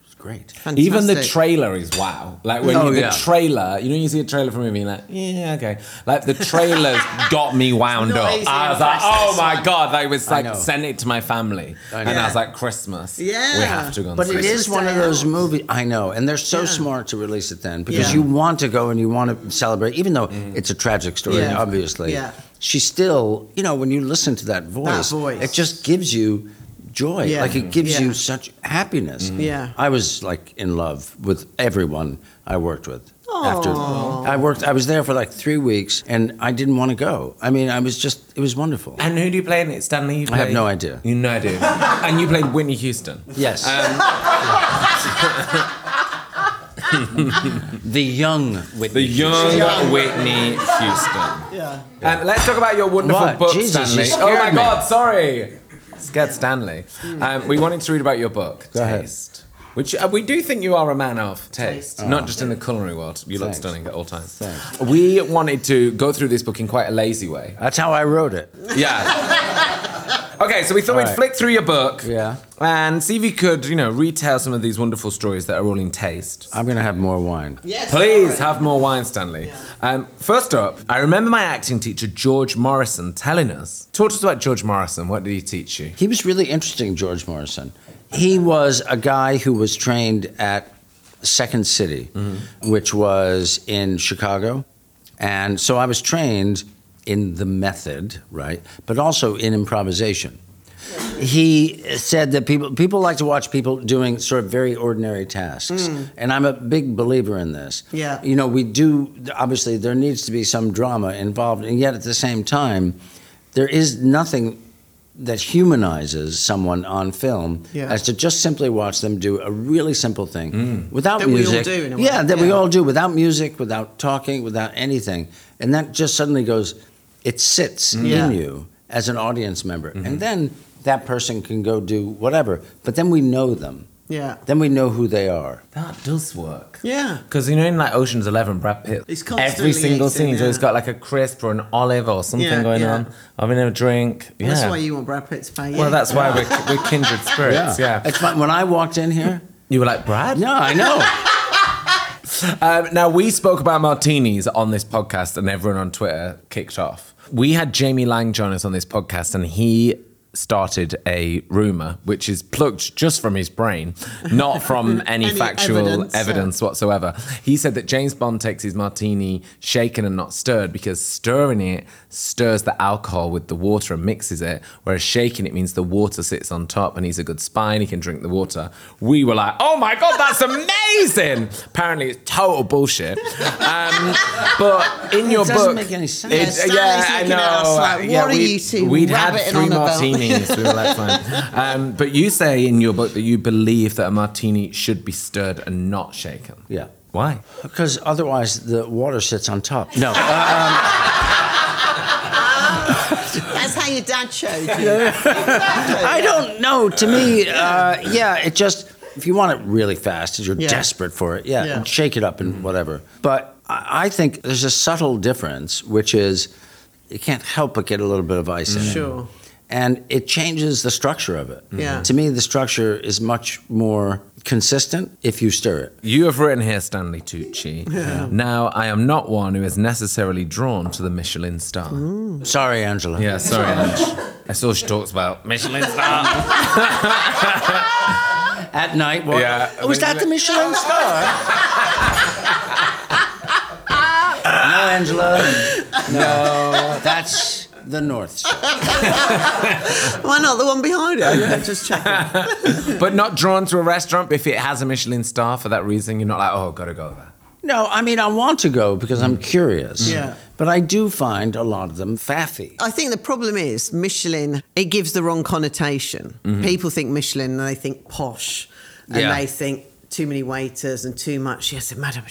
[SPEAKER 4] was great.
[SPEAKER 3] Fantastic.
[SPEAKER 1] Even the trailer is wow. Like when
[SPEAKER 4] Oh,
[SPEAKER 1] you, the
[SPEAKER 4] yeah.
[SPEAKER 1] trailer, you know, you see a trailer for a movie, you're like, yeah, okay. Like the trailers got me wound
[SPEAKER 3] It's
[SPEAKER 1] up.
[SPEAKER 3] not easy
[SPEAKER 1] I was
[SPEAKER 3] to
[SPEAKER 1] like,
[SPEAKER 3] process
[SPEAKER 1] oh my
[SPEAKER 3] that.
[SPEAKER 1] god! Like, it was
[SPEAKER 4] I
[SPEAKER 1] like
[SPEAKER 4] know.
[SPEAKER 1] sent it to my family,
[SPEAKER 4] I
[SPEAKER 1] and
[SPEAKER 4] know.
[SPEAKER 1] I was like, Christmas. we
[SPEAKER 3] Yeah.
[SPEAKER 1] have to go. and
[SPEAKER 4] But
[SPEAKER 1] see
[SPEAKER 4] it
[SPEAKER 1] this.
[SPEAKER 4] is one of
[SPEAKER 3] Stay
[SPEAKER 4] those
[SPEAKER 3] out.
[SPEAKER 4] movies. I know, and they're so
[SPEAKER 3] Yeah.
[SPEAKER 4] smart to release it then because
[SPEAKER 3] Yeah. Mm-hmm.
[SPEAKER 4] you want to go and you want to celebrate, even though it's a tragic story,
[SPEAKER 3] Yeah.
[SPEAKER 4] obviously.
[SPEAKER 3] Yeah.
[SPEAKER 4] She still, you know, when you listen to that voice,
[SPEAKER 3] voice.
[SPEAKER 4] it just gives you joy.
[SPEAKER 3] Yeah.
[SPEAKER 4] Like it gives
[SPEAKER 3] Yeah. Mm-hmm.
[SPEAKER 4] you such happiness.
[SPEAKER 3] Yeah.
[SPEAKER 4] I was like in love with everyone I worked with. After I worked, I was there for like three weeks, and I didn't want to go. I mean, I was just, it was wonderful.
[SPEAKER 1] And who do you play in it? Stanley? You
[SPEAKER 4] I have
[SPEAKER 1] play-
[SPEAKER 4] no idea.
[SPEAKER 1] You know, I do. [LAUGHS] and you played Whitney Houston.
[SPEAKER 4] Yes. [LAUGHS] the young Whitney.
[SPEAKER 1] The young
[SPEAKER 3] young.
[SPEAKER 1] Whitney Houston.
[SPEAKER 3] Yeah.
[SPEAKER 1] Um, let's talk about your wonderful
[SPEAKER 4] What?
[SPEAKER 1] book,
[SPEAKER 4] Jesus, you
[SPEAKER 1] Stanley. Oh my
[SPEAKER 4] scared me.
[SPEAKER 1] God, sorry. Scared Stanley. Um, we wanted to read about your book,
[SPEAKER 4] Go ahead.
[SPEAKER 1] Taste. Which uh, we do think you are a man of taste, not just in the culinary world. You
[SPEAKER 4] Oh. Thanks.
[SPEAKER 1] look stunning at all times.
[SPEAKER 4] Thanks.
[SPEAKER 1] We wanted to go through this book in quite a lazy way.
[SPEAKER 4] That's how I wrote it. [LAUGHS]
[SPEAKER 1] Yeah. okay, so we thought
[SPEAKER 4] All
[SPEAKER 1] we'd
[SPEAKER 4] right.
[SPEAKER 1] flick through your book.
[SPEAKER 4] Yeah.
[SPEAKER 1] And see if you could, you know, retell some of these wonderful stories that are all in taste.
[SPEAKER 4] I'm gonna have more wine.
[SPEAKER 3] Yes.
[SPEAKER 1] Please have more wine, Stanley. Um, first up, I remember my acting teacher, George Morrison, telling us. Talk to us about George Morrison. What did he teach you?
[SPEAKER 4] He was really interesting, George Morrison. He was a guy who was trained at Second City, which was in Chicago. And so I was trained in the method, right? But also in improvisation. He said that people people like to watch people doing sort of very ordinary tasks. And I'm a big believer in this.
[SPEAKER 3] Yeah.
[SPEAKER 4] You know, we do obviously there needs to be some drama involved and yet at the same time there is nothing that humanizes someone on film
[SPEAKER 3] Yeah.
[SPEAKER 4] as to just simply watch them do a really simple thing without
[SPEAKER 3] That we all
[SPEAKER 4] music.
[SPEAKER 3] do in a way.
[SPEAKER 4] Yeah, that we
[SPEAKER 3] Yeah.
[SPEAKER 4] all do without music, without talking, without anything. And that just suddenly goes, it sits
[SPEAKER 3] Yeah.
[SPEAKER 4] in you as an audience member. And then that person can go do whatever. But then we know them.
[SPEAKER 3] Yeah.
[SPEAKER 4] Then we know who they are.
[SPEAKER 1] That does work.
[SPEAKER 3] Yeah.
[SPEAKER 1] Because you know, in like Ocean's Eleven, Brad Pitt,
[SPEAKER 3] He's
[SPEAKER 1] every
[SPEAKER 3] constantly
[SPEAKER 1] single
[SPEAKER 3] acting,
[SPEAKER 1] scene, he's always
[SPEAKER 3] yeah.
[SPEAKER 1] got like a crisp or an olive or something
[SPEAKER 3] Yeah,
[SPEAKER 1] going
[SPEAKER 3] yeah.
[SPEAKER 1] on. Having a drink. Yeah.
[SPEAKER 3] That's why you want Brad Pitt to pay you.
[SPEAKER 1] well, that's why we're, we're
[SPEAKER 3] [LAUGHS]
[SPEAKER 1] kindred spirits. Yeah.
[SPEAKER 4] It's fun. When I walked in here,
[SPEAKER 1] You were like, Brad?
[SPEAKER 4] yeah, I know.
[SPEAKER 1] Um, now, we spoke about martinis on this podcast, and everyone on Twitter kicked off. We had Jamie Lang join us on this podcast, and he started a rumor, which is plucked just from his brain, not from any,
[SPEAKER 3] Any
[SPEAKER 1] factual evidence,
[SPEAKER 3] evidence, yeah.
[SPEAKER 1] whatsoever. He said that James Bond takes his martini shaken and not stirred because stirring it stirs the alcohol with the water and mixes it, whereas shaking it means the water sits on top and he's a good spine, he can drink the water. We were like, oh my God, that's amazing! Apparently, it's total bullshit. Um, but in your
[SPEAKER 4] doesn't
[SPEAKER 1] book,
[SPEAKER 4] make any sense.
[SPEAKER 1] it-
[SPEAKER 3] Yeah, Stanley's looking at us like, what are you two
[SPEAKER 1] We'd had
[SPEAKER 3] rabbiting
[SPEAKER 1] three
[SPEAKER 3] on about?
[SPEAKER 1] martinis. we were like, fine. Um, but you say in your book that you believe that a martini should be stirred and not shaken.
[SPEAKER 4] Yeah.
[SPEAKER 1] Why?
[SPEAKER 4] Because otherwise the water sits on top. No. uh,
[SPEAKER 3] That's how your dad showed you.
[SPEAKER 4] [LAUGHS] I don't know. To me, uh, yeah, it just, if you want it really fast, you're
[SPEAKER 3] Yeah.
[SPEAKER 4] desperate for it, yeah,
[SPEAKER 3] Yeah.
[SPEAKER 4] and shake it up and whatever. But I I think there's a subtle difference, which is you can't help but get a little bit of ice in it.
[SPEAKER 3] Sure. Mm-hmm.
[SPEAKER 4] And it changes the structure of it.
[SPEAKER 3] Yeah.
[SPEAKER 4] To me, the structure is much more consistent if you stir it.
[SPEAKER 1] You have written here, Stanley Tucci. Now, I am not one who is necessarily drawn to the Michelin star.
[SPEAKER 4] Sorry, Angela.
[SPEAKER 1] Yeah, sorry, Ange. I saw she talks about Michelin star.
[SPEAKER 4] At night, what?
[SPEAKER 1] Yeah.
[SPEAKER 4] Oh, was that the Michelin star? no, Angela. No, that's the North. Star.
[SPEAKER 3] Why not the one behind it? Yeah, just check
[SPEAKER 1] [LAUGHS]
[SPEAKER 3] it.
[SPEAKER 1] but not drawn to a restaurant if it has a Michelin star for that reason. You're not like, oh, gotta go there.
[SPEAKER 4] No, I mean I want to go because I'm curious.
[SPEAKER 3] Yeah.
[SPEAKER 4] But I do find a lot of them faffy.
[SPEAKER 3] I think the problem is Michelin, it gives the wrong connotation. People think Michelin and they think posh and
[SPEAKER 1] Mm-hmm. Yeah.
[SPEAKER 3] they think too many waiters and too much. Yes, madam.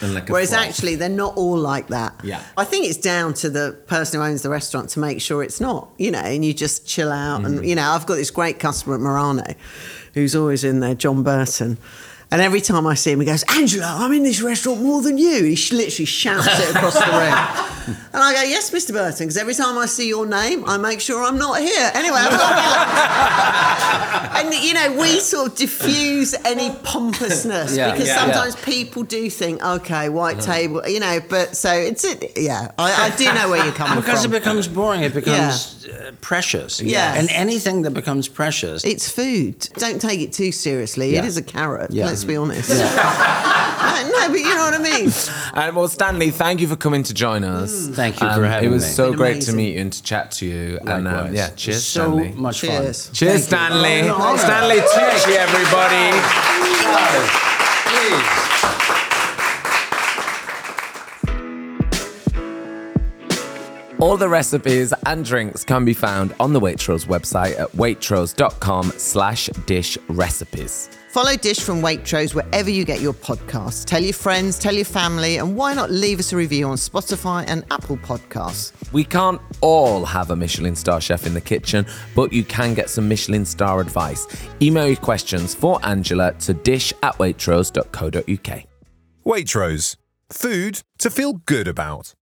[SPEAKER 1] And like a
[SPEAKER 3] Whereas
[SPEAKER 1] fob.
[SPEAKER 3] actually, they're not all like that.
[SPEAKER 1] Yeah.
[SPEAKER 3] I think it's down to the person who owns the restaurant to make sure it's not, you know, and you just chill out.
[SPEAKER 1] Mm-hmm.
[SPEAKER 3] And, you know, I've got this great customer at Murano who's always in there, John Burton. And every time I see him, he goes, Angela, I'm in this restaurant more than you. He sh- literally shouts it across the room. And I go, Yes, Mr. Burton, because every time I see your name, I make sure I'm not here. Anyway, I'm not here. [LAUGHS] And you know, we sort of diffuse any pompousness
[SPEAKER 4] Yeah,
[SPEAKER 3] because
[SPEAKER 4] yeah, Mm.
[SPEAKER 3] sometimes people do think, okay, white table, you know. But so it's it, yeah. I, I do know where you're coming
[SPEAKER 4] Because it
[SPEAKER 3] from.
[SPEAKER 4] becomes boring, it becomes uh, precious.
[SPEAKER 3] Yes.
[SPEAKER 4] And anything that becomes precious.
[SPEAKER 3] It's food. Don't take it too seriously. It
[SPEAKER 4] Yeah.
[SPEAKER 3] is a carrot.
[SPEAKER 4] Yeah.
[SPEAKER 3] Let's be honest. [LAUGHS] no, no, but you know what I mean.
[SPEAKER 1] And Um, well, Stanley, thank you for coming to join us. Um,
[SPEAKER 4] Thank you for having
[SPEAKER 1] It was
[SPEAKER 4] me.
[SPEAKER 1] so
[SPEAKER 3] Been
[SPEAKER 1] great to
[SPEAKER 3] amazing.
[SPEAKER 1] meet you and to chat to you. And um,
[SPEAKER 4] Likewise.
[SPEAKER 1] yeah, cheers,
[SPEAKER 4] so
[SPEAKER 1] Stanley.
[SPEAKER 4] much
[SPEAKER 3] Cheers.
[SPEAKER 4] fun.
[SPEAKER 1] Cheers, Stanley.
[SPEAKER 3] Oh, no.
[SPEAKER 1] Stanley Tucci, everybody.
[SPEAKER 4] Please.
[SPEAKER 1] All the recipes and drinks can be found on the Waitrose website at waitrose.com slash dish recipes.
[SPEAKER 3] Follow Dish from Waitrose wherever you get your podcasts. Tell your friends, tell your family, and why not leave us a review on Spotify and Apple Podcasts?
[SPEAKER 1] We can't all have a Michelin star chef in the kitchen, but you can get some Michelin star advice. Email your questions for Angela to dish at waitrose.co.uk.
[SPEAKER 5] Waitrose. Food to feel good about.